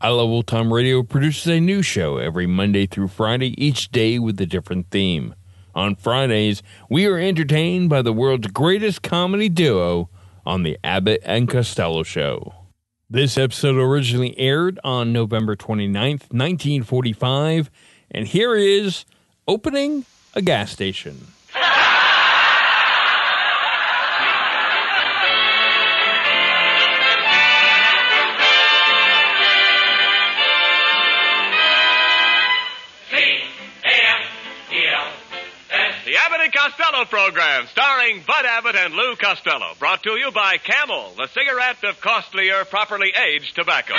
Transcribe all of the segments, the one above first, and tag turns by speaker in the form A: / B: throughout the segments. A: I Love Old Time Radio produces a new show every Monday through Friday, each day with a different theme. On Fridays, we are entertained by the world's greatest comedy duo on The Abbott and Costello Show. This episode originally aired on November 29th, 1945, and here is Opening a Gas Station.
B: The Abbott and Costello program, starring Bud Abbott and Lou Costello, brought to you by Camel, the cigarette of costlier, properly aged tobacco.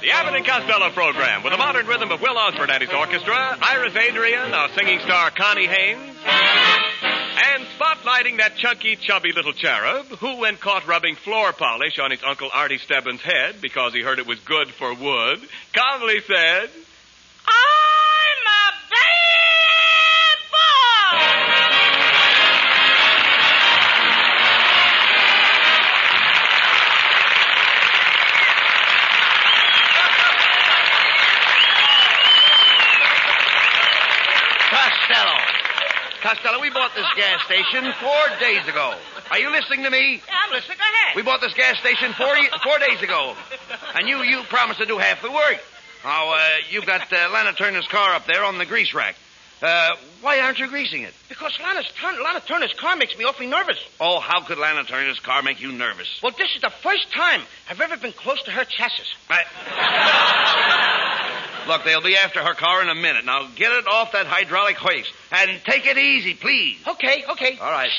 B: The Abbott and Costello program, with the modern rhythm of Will Osborne and his orchestra, Iris Adrian, our singing star Connie Haynes, and spotlighting that chunky, chubby little cherub who, when caught rubbing floor polish on his Uncle Artie Stebbins' head because he heard it was good for wood, calmly said,
C: I'm a bad boy.
D: Costello. Costello, we bought this gas station four days ago. Are you listening to me?
C: I'm listening. Go ahead.
D: We bought this gas station four, ye- four days ago. And you, you promised to do half the work. Now, uh, you've got uh, Lana Turner's car up there on the grease rack. Uh, why aren't you greasing it?
E: Because Lana's turn, Lana Turner's car makes me awfully nervous.
D: Oh, how could Lana Turner's car make you nervous?
E: Well, this is the first time I've ever been close to her chassis.
D: Look, they'll be after her car in a minute. Now, get it off that hydraulic hoist. And take it easy, please.
E: Okay, okay.
D: All right.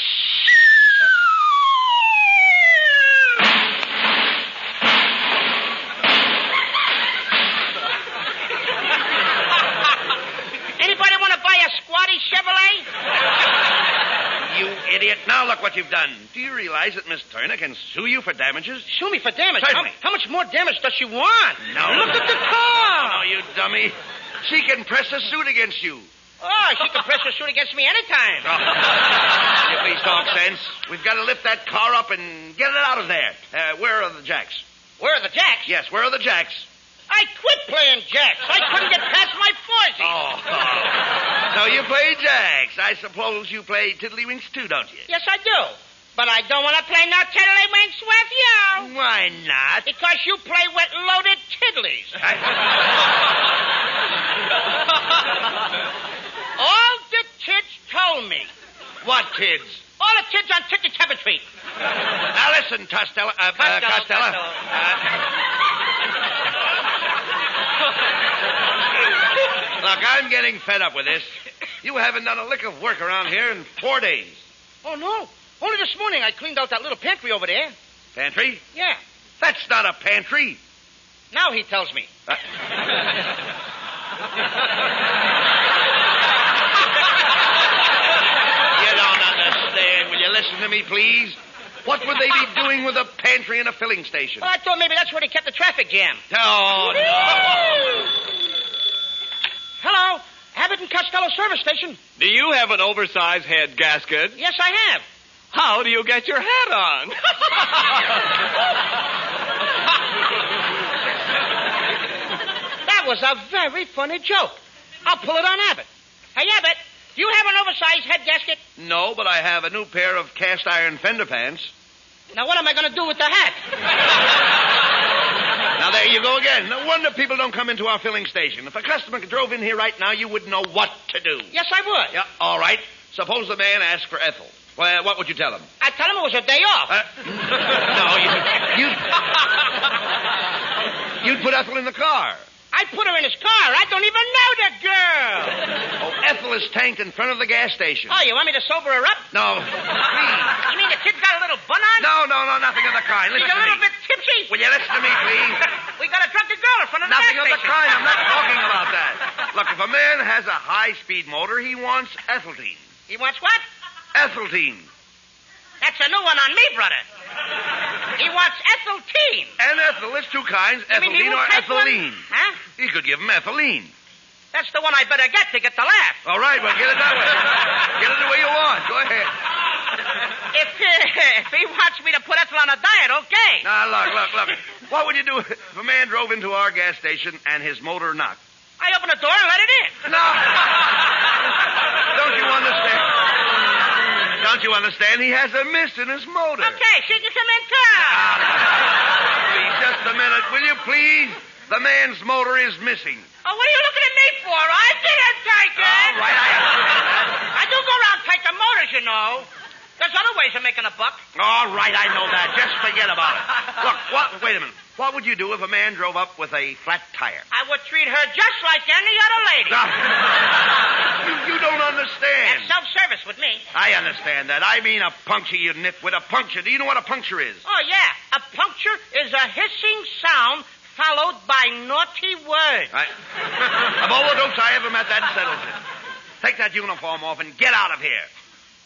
E: Anybody want to buy a squatty Chevrolet?
D: You idiot. Now look what you've done. Do you realize that Miss Turner can sue you for damages?
E: Sue me for damage. How,
D: Certainly.
E: how much more damage does she want?
D: No.
E: Look at the car.
D: Oh, you dummy. She can press a suit against you.
E: Oh, she can press her suit against me anytime. Oh.
D: Will you please talk sense? We've got to lift that car up and get it out of there. Uh, where are the jacks?
E: Where are the jacks?
D: Yes, where are the jacks?
E: I quit playing jacks. I couldn't get past my
D: Oh.
E: forces.
D: so you play jacks. I suppose you play tiddlywinks too, don't you?
E: Yes, I do. But I don't want to play no tiddlywinks with you.
D: Why not?
E: Because you play with loaded tiddlies. All the kids told me.
D: what kids?
E: All the kids on Ticket Cabin Street.
D: Now listen, Costello. Uh, uh,
E: Costello,
D: Costello.
E: Costello.
D: Uh, look, I'm getting fed up with this. You haven't done a lick of work around here in four days.
E: Oh, no. Only this morning I cleaned out that little pantry over there.
D: Pantry?
E: Yeah.
D: That's not a pantry.
E: Now he tells me.
D: You don't understand. Will you listen to me, please? What would they be doing with a pantry and a filling station?
E: Well, I thought maybe that's where they kept the traffic jam.
D: Oh, no.
E: Hello. Have
C: Abbott and Costello service station.
B: Do you have an oversized head gasket?
C: Yes, I have.
B: How do you get your hat on?
C: That was a very funny joke. I'll pull it on Abbott. Hey, Abbott, do you have an oversized head gasket?
D: No, but I have a new pair of cast iron fender pants.
C: Now, what am I going to do with the hat?
D: Now, there you go again. No wonder people don't come into our filling station. If a customer drove in here right now, you wouldn't know what to do.
C: Yes, I would.
D: Yeah, all right. Suppose the man asked for Ethel. Well, what would you tell him?
C: I tell him it was a day off.
D: Uh, no, you, you'd, you'd put Ethel in the car.
C: I put her in his car. I don't even know the girl.
D: Oh, Ethel is tanked in front of the gas station.
C: Oh, you want me to sober her up?
D: No,
C: You
D: please.
C: mean the kid's got a little bun on?
D: No, no, no, nothing of the kind.
C: She's
D: Listen
C: a
D: to
C: little
D: me.
C: bit tipsy.
D: Will you listen to me, please?
C: We got a drunken girl in front of the
D: Nothing
C: gas
D: of the
C: station.
D: kind. I'm not talking about that. Look, if a man has a high-speed motor, he wants ethylene.
C: He wants what?
D: Ethylene.
C: That's a new one on me, brother. He wants ethyl teen.
D: And ethyl. There's two kinds,
C: You mean he
D: ethylene or
C: won't take one?
D: ethylene.
C: Huh?
D: You could give him ethylene.
C: That's the one I better get to get the laugh.
D: All right, well, get it that way. get it the way you want. Go ahead.
C: If, uh, if he wants me to put ethyl on a diet, okay.
D: Now, look, look, look. What would you do if a man drove into our gas station and his motor knocked?
C: I open the door and let it in.
D: No. Don't you understand? Don't you understand? He has a mist in his motor.
C: Okay, she can come in
D: Ah.
C: town.
D: Please, just a minute, will you please? The man's motor is missing.
C: Oh, what are you looking at me for? I didn't take it.
D: All right, I,
C: I do go around taking motors, you know. There's other ways of making a buck.
D: all right, I know that. Just forget about it. Look, what? Wait a minute. What would you do if a man drove up with a flat tire?
C: I would treat her just like any other lady.
D: Ah, you, you don't
C: That's
D: understand.
C: self-service with me.
D: I understand that. I mean a puncture, you nitwit. A puncture. Do you know what a puncture is?
C: Oh, yeah. A puncture is a hissing sound followed by naughty words.
D: I, of all the dopes I ever met, that settles it. Take that uniform off and get out of here.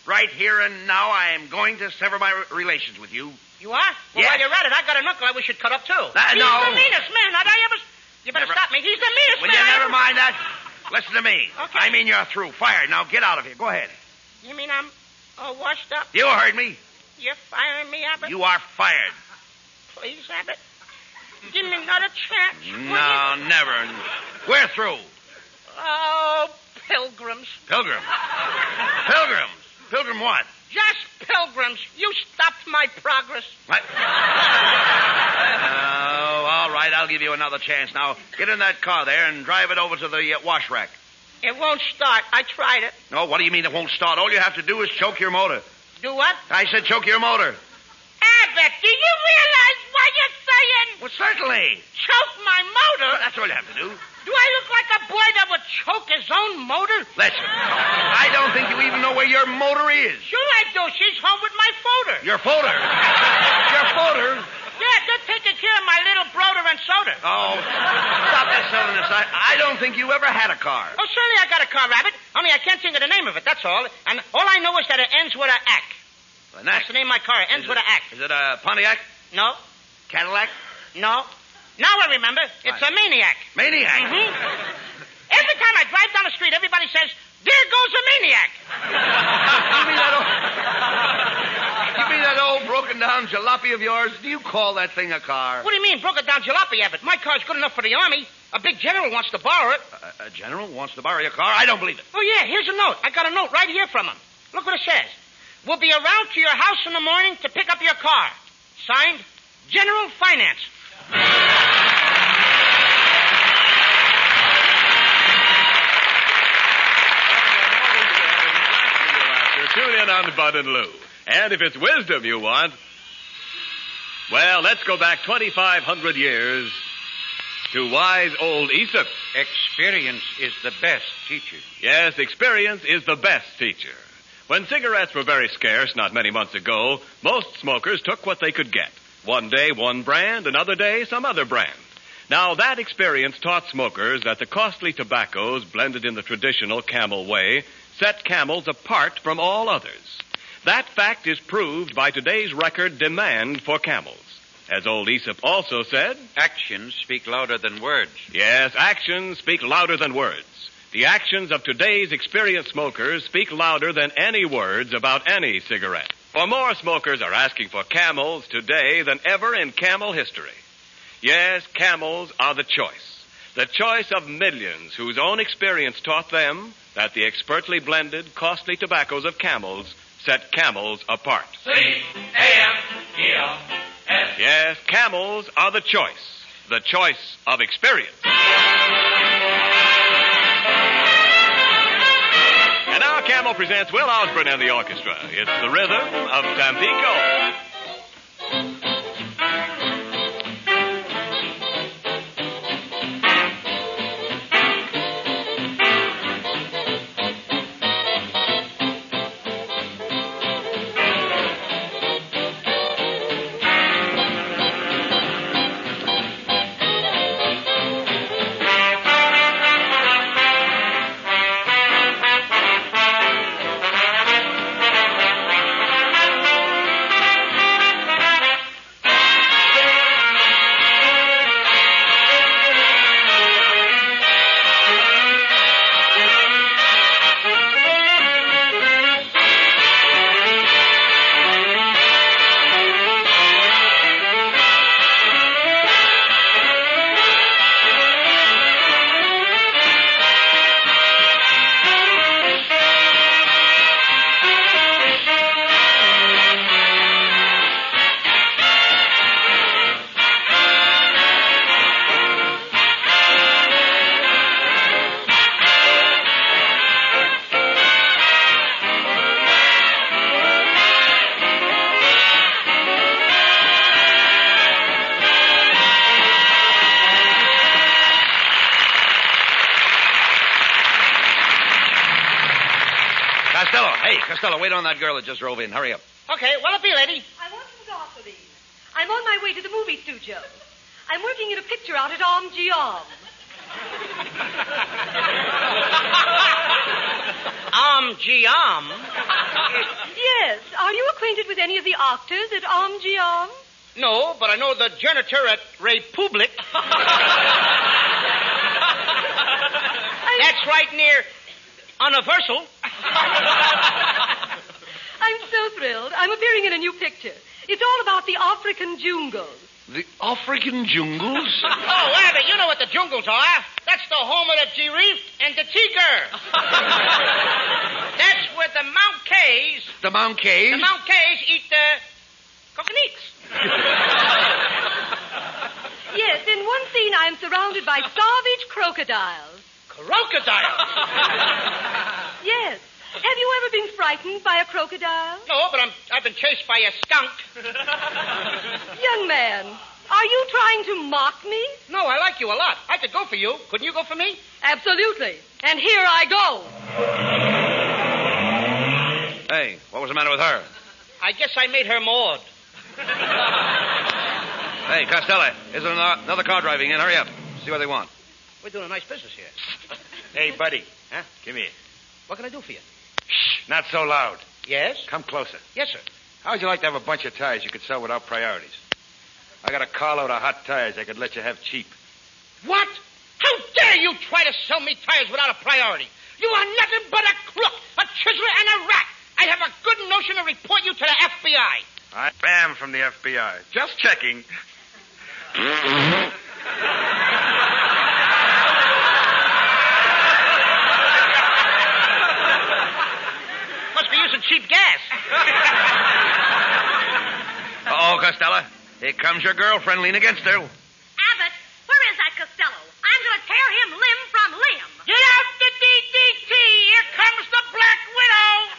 D: Right here and now, I am going to sever my re- relations with you.
C: You are? Well,
D: Yes.
C: while you're at it, I got an uncle I wish you'd cut up, too.
D: That-
C: He's
D: no.
C: the meanest man that I ever... You better
D: Never-
C: stop me. He's the meanest
D: Will
C: man
D: you
C: I
D: never
C: ever...
D: mind that? Listen to me.
C: Okay.
D: I mean, you're through. Fired. Now get out of here. Go ahead.
C: You mean I'm all washed up?
D: You heard me.
C: You're firing me, Abbott?
D: You are fired.
C: Please, Abbott. Give me another chance. will
D: No,
C: you?
D: never. We're through.
C: Oh, pilgrims.
D: Pilgrim. Pilgrim. Pilgrim what?
C: Just pilgrims. You stopped my progress.
D: What? Oh, all right. I'll give you another chance. Now, get in that car there and drive it over to the uh, wash rack.
C: It won't start. I tried it.
D: No, Oh, what do you mean it won't start? All you have to do is choke your motor.
C: Do what?
D: I said choke your motor.
C: Abbott, do you realize what you're saying?
D: Well, certainly.
C: Choke my motor?
D: Well, that's all you have to do.
C: Do I look like a boy that would choke his own motor?
D: Listen, I don't think you even know where your motor is.
C: Sure I do. She's home with my folder.
D: Your folder. Your folder.
C: Yeah, they're taking care of my little brother and soda.
D: Oh, stop that silliness. I, I don't think you ever had a car.
C: Oh, surely I got a car, Rabbit. Only I can't think of the name of it, that's all. And all I know is that it ends with a ack.
D: An
C: That's the name of my car. It ends
D: Is
C: with
D: it-
C: a ack.
D: Is it a Pontiac?
C: No,
D: Cadillac?
C: no. Now I remember. It's a maniac.
D: Maniac?
C: hmm Every time I drive down the street, everybody says, there goes a maniac.
D: You mean that old... You mean that old broken down jalopy of yours? Do you call that thing a car?
C: What do you mean, broke it down jalopy, Abbott? My car's good enough for the Army. A big general wants to borrow it.
D: A, a general wants to borrow your car? I don't believe it.
C: Oh, yeah, here's a note. I got a note right here from him. Look what it says. We'll be around to your house in the morning to pick up your car. Signed, General Finance.
B: Tune in on Bud and Lou. And if it's wisdom you want, well, let's go back 2,500 years to wise old Aesop.
D: Experience is the best teacher.
B: Yes, experience is the best teacher. When cigarettes were very scarce not many months ago, most smokers took what they could get. One day, one brand, another day, some other brand. Now, that experience taught smokers that the costly tobaccos blended in the traditional camel way set camels apart from all others. That fact is proved by today's record demand for camels. As old Aesop also said,
D: Actions speak louder than words.
B: Yes, actions speak louder than words. The actions of today's experienced smokers speak louder than any words about any cigarette. For more smokers are asking for camels today than ever in camel history. Yes, camels are the choice. The choice of millions whose own experience taught them that the expertly blended, costly tobaccos of camels set camels apart.
F: C-A-M-E-L-S.
B: Yes, camels are the choice. The choice of experience. And now Camel presents Will Osborne and the orchestra. It's the rhythm of Tampico.
E: Costello, hey, Costello, wait on that girl that just rove in. Hurry up.
C: Okay, what'll it be, lady?
G: I want some gasoline. I'm on my way to the movie studio. I'm working in a picture out at Om Geom.
C: Um, gee, um.
G: Yes. Are you acquainted with any of the actors at Om Geom?
C: No, but I know the janitor at Republic. That's right near Universal.
G: I'm so thrilled. I'm appearing in a new picture. It's all about the African jungles.
E: The African jungles?
C: Oh, Abby, you know what the jungles are. That's the home of the giraffe and the tiger. That's where the Mount Kays,
E: the Mount Kays?
C: the Mount Kays eat the coconuts.
G: Yes, in one scene I'm surrounded by savage crocodiles.
C: Crocodiles.
G: Yes. Have you ever been frightened by a crocodile?
C: No, but I'm, I've been chased by a skunk.
G: Young man, are you trying to mock me?
C: No, I like you a lot. I could go for you. Couldn't you go for me?
G: Absolutely. And here I go.
E: Hey, what was the matter with her?
C: I guess I made her Maud.
E: Hey, Costello, is there ano- another car driving in? Hurry up. See what they want.
C: We're doing a nice business here.
D: Hey, buddy.
C: Huh?
D: Come here.
C: What can I do for you?
D: Shh, not so loud.
C: Yes?
D: Come closer.
C: Yes, sir.
D: How would you like to have a bunch of tires you could sell without priorities? I got a carload of hot tires I could let you have cheap.
C: What? How dare you try to sell me tires without a priority? You are nothing but a crook, a chiseler, and a rat. I have a good notion to report you to the FBI.
D: I am from the FBI. Just checking.
C: Must be using cheap gas.
E: Uh-oh, Oh, Costello. Here comes your girlfriend. Lean against her.
G: Abbott, where is that Costello? I'm going to tear him limb from limb.
C: Get out the DDT. Here comes the Black Widow.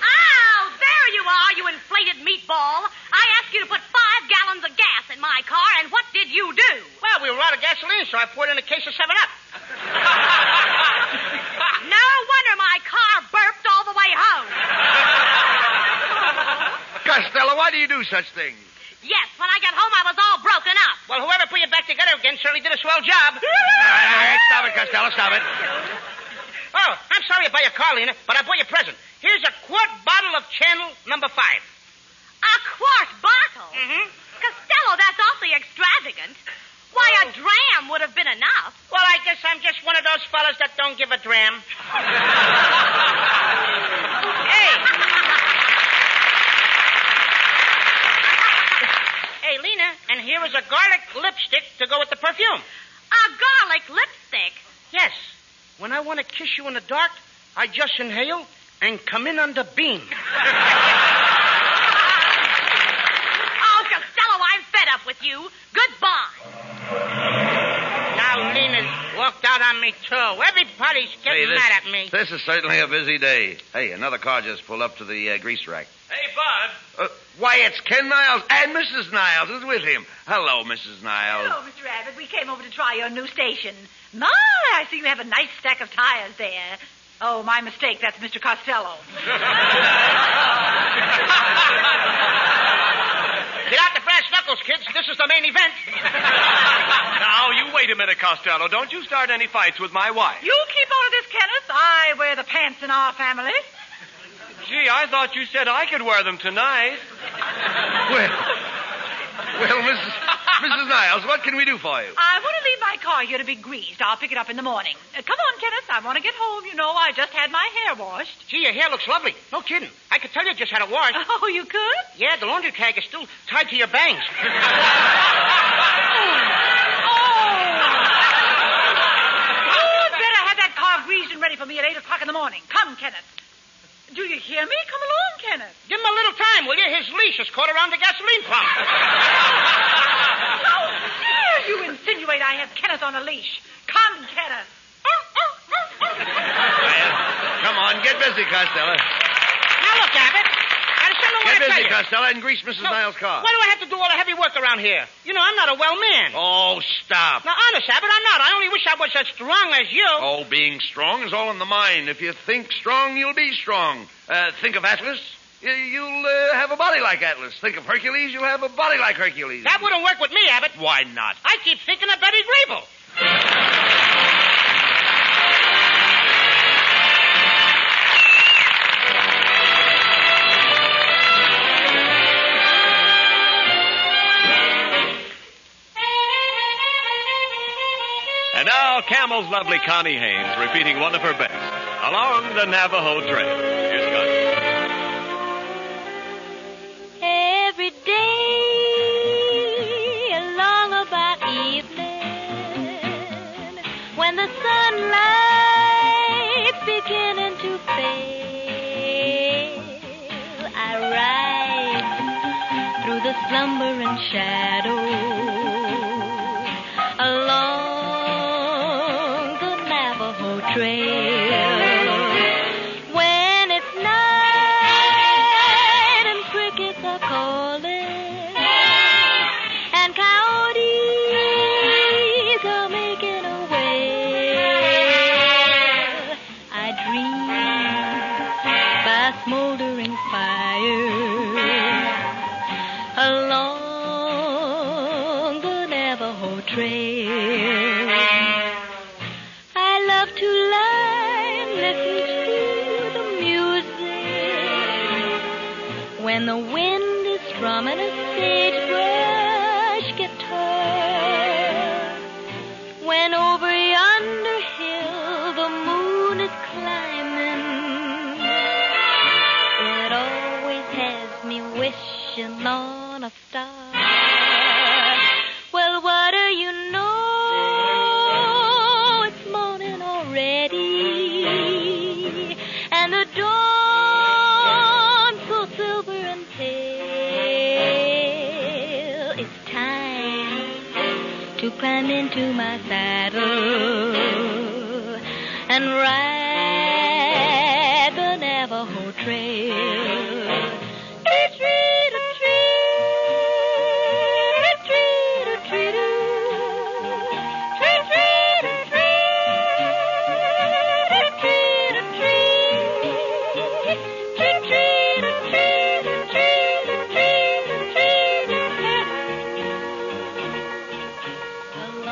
G: Ow, there you are, you inflated meatball. I asked you to put five gallons of gas in my car, and what did you do?
C: Well, we were out of gasoline, so I poured in a case of 7 Up.
G: Ah, No wonder my car burped all the way home.
E: Costello, why do you do such things?
G: Yes, when I got home, I was all broken up.
C: Well, whoever put you back together again certainly did a swell job.
E: All right, all right,
G: Oh,
E: stop it, Costello, stop it.
C: Oh, I'm sorry about your car, Lena, but I bought you a present. Here's a quart bottle of Channel Number Five.
G: A quart bottle?
C: Mhm.
G: Costello, that's awfully extravagant. Why, a dram would have been enough.
C: Well, I guess I'm just one of those fellas that don't give a dram. hey. hey, Lena, and here is a garlic lipstick to go with the perfume.
G: A garlic lipstick.
C: Yes. When I want to kiss you in the dark, I just inhale and come in on the beam.
G: Oh, Costello, I'm fed up with you. Goodbye.
C: Now Lena's walked out on me, too. Everybody's getting
D: this,
C: mad at me.
D: This is certainly a busy day. Hey, another car just pulled up to the uh, grease rack.
H: Hey, Bud.
D: Uh, why, it's Ken Niles and Mrs. Niles is with him. Hello, Mrs. Niles.
I: Hello, Mr. Abbott. We came over to try your new station. My, I see you have a nice stack of tires there. Oh, my mistake. That's Mr. Costello.
C: Get out the brass knuckles, kids. This is the main event.
B: Now, you wait a minute, Costello. Don't you start any fights with my wife.
I: You keep on of this, Kenneth. I wear the pants in our family.
B: Gee, I thought you said I could wear them tonight.
D: Well, Mrs. Mrs. Niles, what can we do for you?
I: I want to leave my car here to be greased. I'll pick it up in the morning. Uh, come on, Kenneth. I want to get home. You know, I just had my hair washed.
C: Gee, your hair looks lovely. No kidding. I could tell you just had a wash.
I: Oh, you could?
C: Yeah, the laundry tag is still tied to your bangs.
I: You'd better have that car greased and ready for me at 8 o'clock in the morning. Come, Kenneth. Do you hear me? Come along, Kenneth.
C: Give him a little time, will you? His leash is caught around the gasoline pump.
I: How dare Oh, you insinuate I have Kenneth on a leash? Come, Kenneth.
D: Well, come on, get busy, Costello.
C: Now look, Abbott. I just don't know what
D: Get
C: to tell
D: busy,
C: you.
D: Costello, and grease Mrs.
C: No,
D: Niles' car.
C: Why do I have to do all the heavy work around here? You know, I'm not a well man.
D: Oh, stop.
C: Now, honest, Abbott, I'm not. I only wish I was as strong as you.
D: Oh, being strong is all in the mind. If you think strong, you'll be strong. Uh, think of Atlas, y- you'll uh, have a body like Atlas. Think of Hercules, you'll have a body like Hercules.
C: That wouldn't work with me, Abbott.
D: Why not?
C: I keep thinking of Betty Grable.
B: And now, Camel's lovely Connie Haynes repeating one of her best along the Navajo Trail. Here's Connie.
J: Every day, along about evening, when the sunlight's beginning to fail, I ride through the slumbering shadows along the Navajo Trail. When it's night and crickets are calling and coyotes are making a wail, I dream by smoldering fires along the Navajo Trail. I love to lie and listen to the music when the wind is strumming a sagebrush guitar. When over yonder hill the moon is climbing, it always has me wishing on a star. Well, what do you know? It's morning already, and the dawn so silver and pale. It's time to climb into my saddle and ride the Navajo Trail.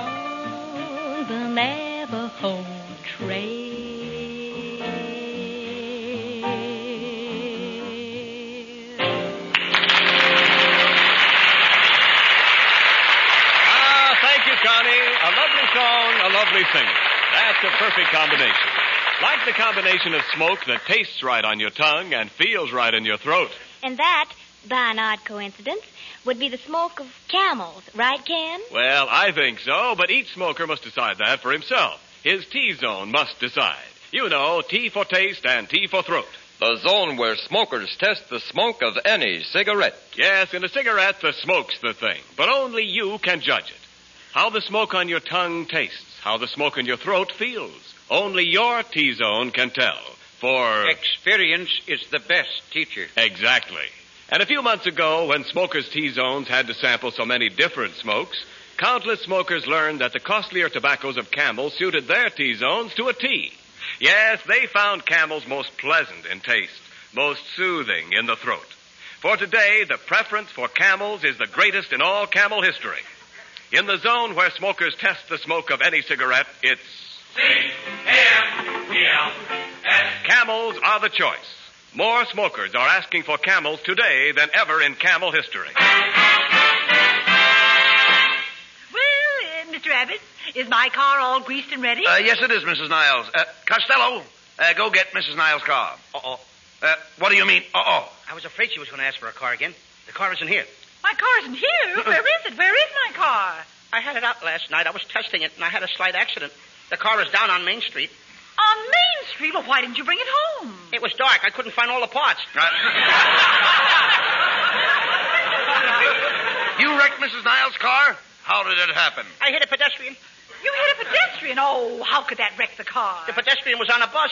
J: Along the Navajo Trail.
B: Ah, lovely singing. That's a perfect combination. Like the combination of smoke that tastes right on your tongue and feels right in your throat.
J: And that, by an odd coincidence, would be the smoke of camels, right, Ken?
B: Well, I think so, but each smoker must decide that for himself. His T zone must decide. You know, T for taste and T for throat.
K: The zone where smokers test the smoke of any cigarette.
B: Yes, in a cigarette, the smoke's the thing, but only you can judge it. How the smoke on your tongue tastes, how the smoke in your throat feels. Only your T zone can tell. For.
L: Experience is the best teacher.
B: Exactly. And a few months ago, when smokers' T zones had to sample so many different smokes, countless smokers learned that the costlier tobaccos of camel suited their T zones to a T. Yes, they found camels most pleasant in taste, most soothing in the throat. For today, the preference for camels is the greatest in all camel history. In the zone where smokers test the smoke of any cigarette, it's. Camels are the choice. More smokers are asking for camels today than ever in camel history.
D: Uh,
I: Well, uh, Mr. Abbott, is my car all greased and ready?
D: Uh, yes, it is, Mrs. Niles. Uh, Costello, uh, go get Mrs. Niles' car. Uh-oh. Uh, what do you mean, uh-oh?
C: I was afraid she was going to ask for a car again. The car isn't here.
I: My car isn't here. Where is it? Where is my car?
C: I had it out last night. I was testing it, and I had a slight accident. The car is down on Main Street.
I: On Main Street? Well, why didn't you bring it home?
C: It was dark. I couldn't find all the parts.
D: you wrecked Mrs. Niles' car? How did it happen?
C: I hit a pedestrian.
I: You hit a pedestrian. Oh, how could that wreck the car?
C: The pedestrian was on a bus.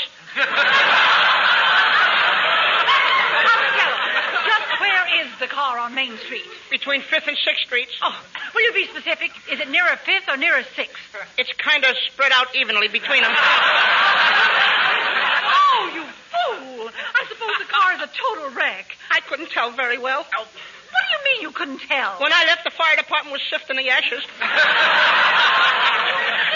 I: Costello, just where is the car on Main Street?
C: Between 5th and 6th Streets.
I: Oh, will you be specific? Is it nearer 5th or nearer 6th?
C: It's kind of spread out evenly between them.
I: Oh, you fool! I suppose the car is a total wreck. Oh,
C: I couldn't tell very well.
I: What do you mean you couldn't tell?
C: When I left, the fire department was sifting the ashes.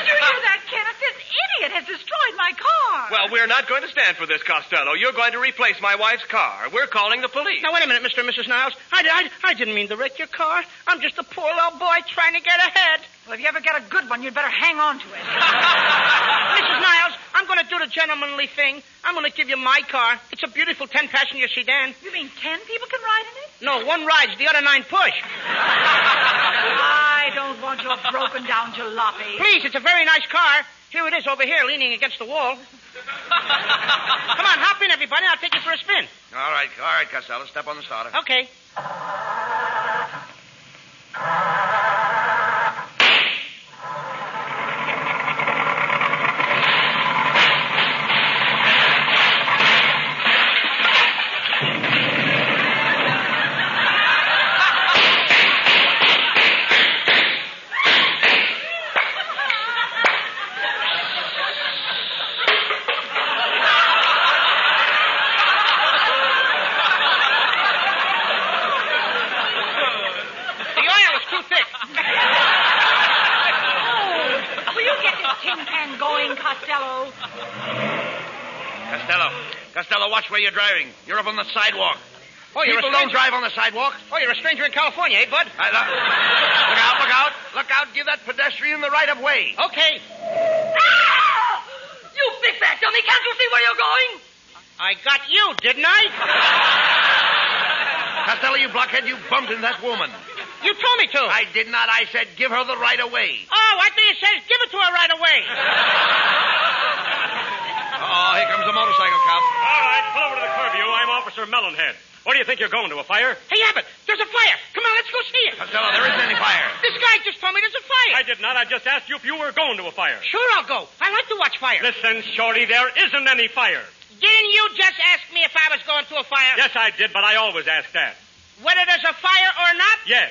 I: Did you hear that, Kenneth? This idiot has destroyed my car.
B: Well, we're not going to stand for this, Costello. You're going to replace my wife's car. We're calling the police.
C: Now, wait a minute, Mr. and Mrs. Niles. I, I, I didn't mean to wreck your car. I'm just a poor little boy trying to get ahead.
I: Well, if you ever get a good one, you'd better hang on to it.
C: Mrs. Niles, I'm going to do the gentlemanly thing. I'm going to give you my car. It's a beautiful 10 passenger sedan.
I: You mean ten people can ride in it?
C: No, one rides, the other nine push.
I: I don't want your broken down jalopy.
C: Please, it's a very nice car. Here it is over here, leaning against the wall. Come on, hop in, everybody. I'll take you for a spin.
D: All right, all right, Costello. Step on the starter.
C: Okay. The oil is too thick.
I: Oh, will you get this tin can going, Costello?
D: Costello, Costello, watch where you're driving. You're up on the sidewalk.
C: Oh, you're a
D: People don't
C: stranger.
D: drive on the sidewalk.
C: Oh, you're a stranger in California, eh, bud?
D: I, lo- look out, look out, look out. Give that pedestrian the right of way.
C: Okay.
E: Ah! You big fat dummy, can't you see where you're going?
C: I got you, didn't I?
D: Costello, you blockhead, you bumped into that woman.
C: you told me to.
D: I did not. I said give her the right of way.
C: Oh, I think it says give it to her right away.
D: Oh, here comes the motorcycle cop.
B: All right, pull over to the curb, you. I'm Officer Melonhead. Where do you think you're going to a fire?
C: hey, Abbott, there's a fire. Come on, let's go see it.
D: Costello, there isn't any fire.
C: This guy just told me there's a fire.
B: I did not. I just asked you if you were going to a fire.
C: Sure, I'll go. I like to watch fire.
B: Listen, Shorty, there isn't any fire.
C: Didn't you just ask me if I was going to a fire?
B: Yes, I did, but I always ask that.
C: Whether there's a fire or not?
B: Yes.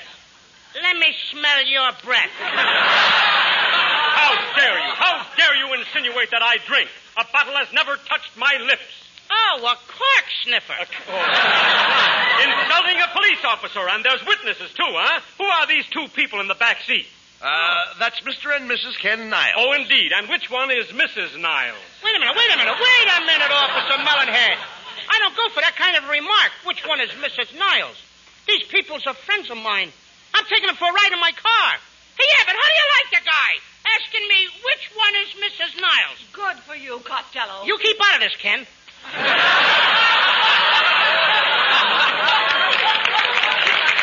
C: Let me smell your breath.
B: How dare you? How dare you insinuate that I drink? A bottle has never touched my lips.
C: oh, a cork sniffer.
B: Insulting a police officer, and there's witnesses, too, huh? Who are these two people in the back seat?
D: Uh, that's Mr. and Mrs. Ken Niles.
B: Oh, indeed. And which one is Mrs. Niles?
C: Wait a minute, wait a minute, wait a minute, Officer Mullenhead. I don't go for that kind of remark. Which one is Mrs. Niles? These people's are friends of mine. I'm taking them for a ride in my car. Hey, Abbott, how do you like the guy? asking me which one is Mrs. Niles.
I: Good for you, Costello.
C: You keep out of this, Ken.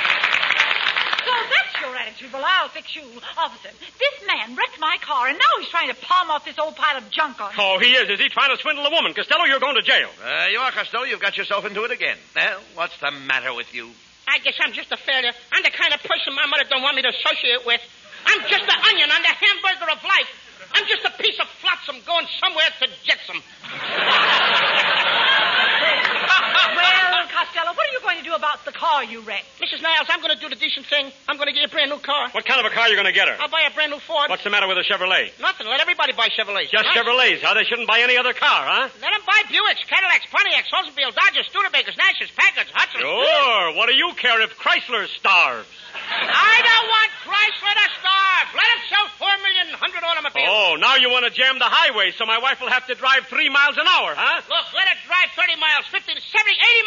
I: So that's your attitude. Well, I'll fix you, officer. This man wrecked my car, and now he's trying to palm off this old pile of junk on me.
M: Oh, he is. Is he trying to swindle a woman? Costello, you're going to jail.
D: Uh, you are, Costello. You've got yourself into it again. Well, what's the matter with you?
C: I guess I'm just a failure. I'm the kind of person my mother don't want me to associate with. I'm just an onion on the hamburger of life. I'm just a piece of flotsam going somewhere to jetsam.
I: well, Costello, what are you going to do about the car you wrecked?
C: Mrs. Niles, I'm going to do the decent thing. I'm going to get you a brand new car.
M: What kind of a car are you going to get her?
C: I'll buy a brand new Ford.
M: What's the matter with a Chevrolet?
C: Nothing. Let everybody buy Chevrolets.
M: Just
C: Nice.
M: Chevrolets, huh? They shouldn't buy any other car, huh?
C: Let them buy Buicks, Cadillacs, Pontiacs, Oldsmobile, Dodgers, Studebakers, Nashes, Packards, Hudsons.
M: Sure. What do you care if Chrysler starves?
C: I don't want Chrysler to starve. Let him sell four million hundred automobiles.
M: Oh, now you want to jam the highway so my wife will have to drive three miles an hour, huh?
C: Look, let it drive 30 miles, 50, 70, 80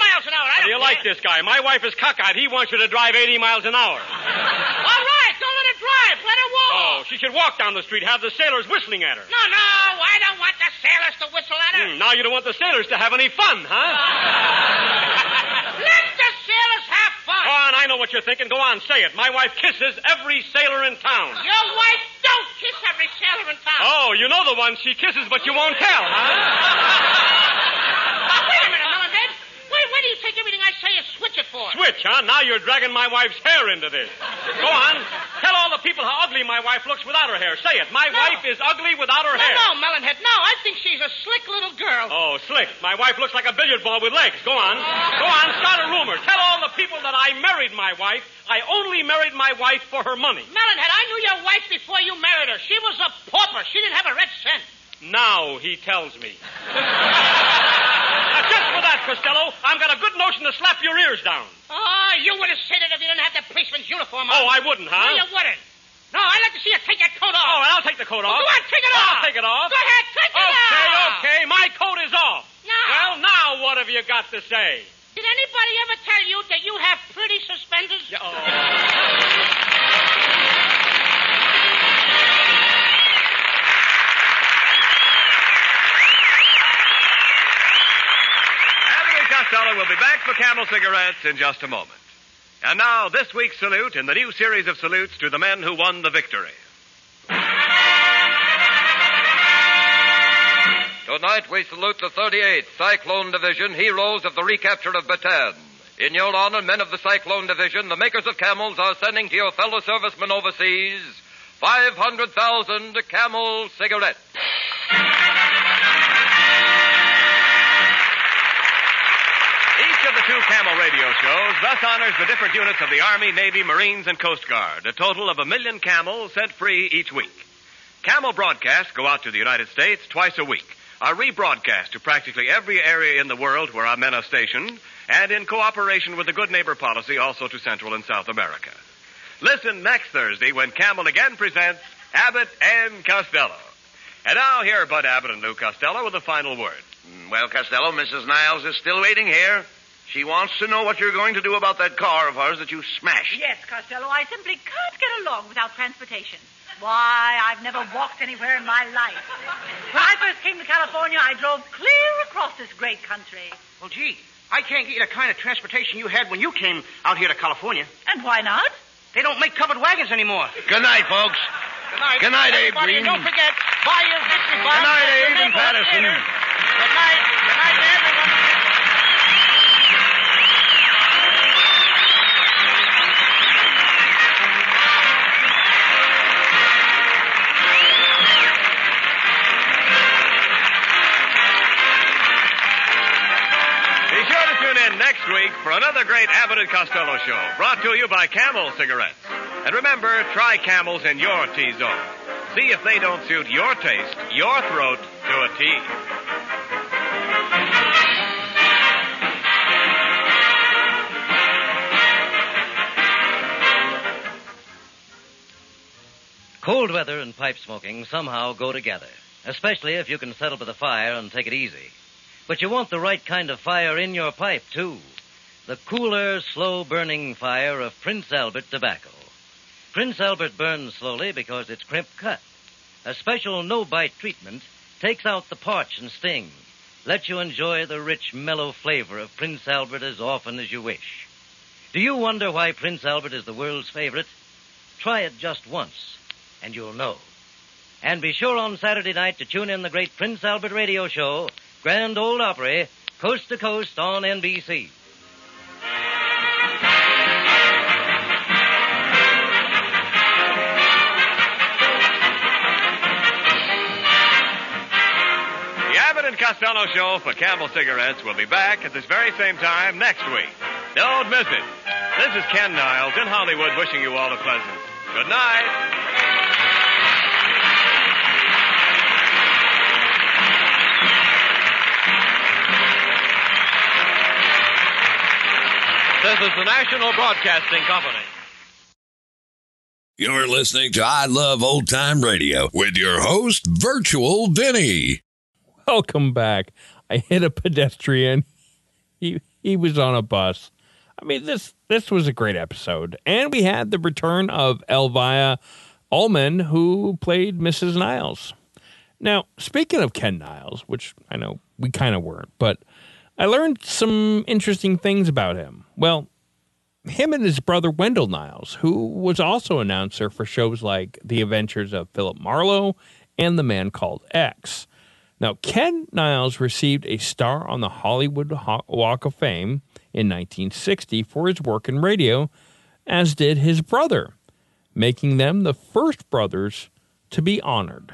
C: miles an hour.
M: Oh. How
C: I don't
M: do you like
C: care.
M: this guy? My wife is cockeyed. He wants you to drive 80 miles an hour.
C: All right, don't let it drive. Let it walk.
M: Oh, she should walk down the street, have the sailors whistling at her.
C: No, no, I don't want the sailors to whistle at her.
M: Hmm, now you don't want the sailors to have any fun, huh? Hmm.
C: Let the sailors have fun.
M: Go on, I know what you're thinking. Go on, say it. My wife kisses every sailor in town.
C: Your wife don't kiss every sailor in town.
M: Oh, you know the one she kisses, but you won't tell, huh?
C: Wait a minute, Melon Head. Wait, why do you take everything I say and switch it for?
M: Switch, huh? Now you're dragging my wife's hair into this. Go on. Tell all the people how ugly my wife looks without her hair. Say it. My
C: No.
M: wife is ugly without her
C: no,
M: hair.
C: no, Melonhead, no. I think she's a slick little girl.
M: Oh, slick. My wife looks like a billiard ball with legs. Go on. Go on. Start a rumor. Tell all the people that I married my wife. I only married my wife for her money.
C: Melonhead, I knew your wife before you married her. She was a pauper. She didn't have a red cent.
M: Now he tells me. now, just for that, Costello, I've got a good notion to slap your ears down.
C: Oh, you would have said it if you didn't have that policeman's uniform on.
M: Oh, I wouldn't, huh?
C: No, you wouldn't. No, I'd like to see you take that coat
M: Oh,
C: off.
M: and I'll take the coat off.
C: Go on, take it off.
M: I'll take it off.
C: Go ahead, take it off.
M: Okay, okay. My coat is off.
C: Now.
M: Well, now what have you got to say?
C: Did anybody ever tell you that you have pretty suspenders?
M: Abbott
B: and Costello will be back for Camel Cigarettes in just a moment. And now, this week's salute in the new series of salutes to the men who won the victory.
K: Tonight we salute the 38th Cyclone Division heroes of the recapture of Bataan. In your honor, men of the Cyclone Division, the makers of camels are sending to your fellow servicemen overseas 500,000 camel cigarettes.
B: Each of the two Camel radio shows thus honors the different units of the Army, Navy, Marines, and Coast Guard, a total of a million camels set free each week. Camel broadcasts go out to the United States twice a week, are rebroadcast to practically every area in the world where our men are stationed, and in cooperation with the Good Neighbor Policy also to Central and South America. Listen next Thursday when Camel again presents Abbott and Costello. And now here are Bud Abbott and Lou Costello with the final word.
D: Mm, Well, Costello, Mrs. Niles is still waiting here. She wants to know what you're going to do about that car of hers that you smashed.
I: Yes, Costello, I simply can't get along without transportation. Why, I've never walked anywhere in my life. When I first came to California, I drove clear across this great country.
E: Well, gee, I can't get you the kind of transportation you had when you came out here to California.
I: And why not?
E: They don't make covered wagons anymore.
D: Good night, folks.
E: Good night.
D: Good night, Abe
E: Everybody,
D: Green.
E: Don't forget, buy your victory
D: Good
E: bonds
D: night,
E: at your
D: Abe and
E: neighborhood
D: Patterson.
E: theater. Good night. Good night to everyone.
B: Be sure to tune in next week for another great Abbott and Costello show brought to you by Camel Cigarettes. And remember, try Camels in your T zone. See if they don't suit your taste, your throat, to a T.
N: Cold weather and pipe smoking somehow go together, especially if you can settle by the fire and take it easy. But you want the right kind of fire in your pipe, too. The cooler, slow burning fire of Prince Albert tobacco. Prince Albert burns slowly because it's crimp cut. A special no bite treatment takes out the parch and sting, lets you enjoy the rich, mellow flavor of Prince Albert as often as you wish. Do you wonder why Prince Albert is the world's favorite? Try it just once, and you'll know. And be sure on Saturday night to tune in the great Prince Albert radio show, Grand Old Opry, coast to coast on NBC.
H: The Abbott and Costello Show for Camel Cigarettes will be back at this very same time next week. Don't miss it. This is Ken Niles in Hollywood wishing you all a pleasant good night.
O: This is the National Broadcasting Company.
P: You're listening to I Love Old Time Radio with your host, Virtual Vinny.
A: Welcome back. I hit a pedestrian. He he was on a bus. I mean this this was a great episode, and we had the return of Elvira Ullman, who played Mrs. Niles. Now, speaking of Ken Niles, which I know we kind of weren't, but I learned some interesting things about him. Well, him and his brother Wendell Niles, who was also announcer for shows like The Adventures of Philip Marlowe and The Man Called X. Now, Ken Niles received a star on the Hollywood Ho- Walk of Fame in 1960 for his work in radio, as did his brother, making them the first brothers to be honored.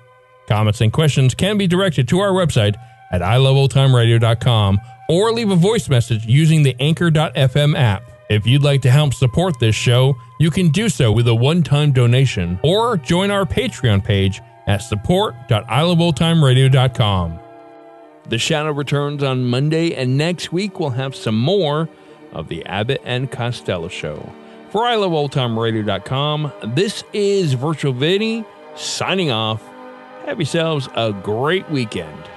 A: Comments and questions can be directed to our website at iloveoldtimeradio.com or leave a voice message using the anchor.fm app. If you'd like to help support this show, you can do so with a one-time donation or join our Patreon page at support.iloveoldtimeradio.com. The Shadow returns on Monday, and next week we'll have some more of the Abbott and Costello Show. For iloveoldtimeradio.com, this is Virtual Vinny signing off. Have yourselves a great weekend.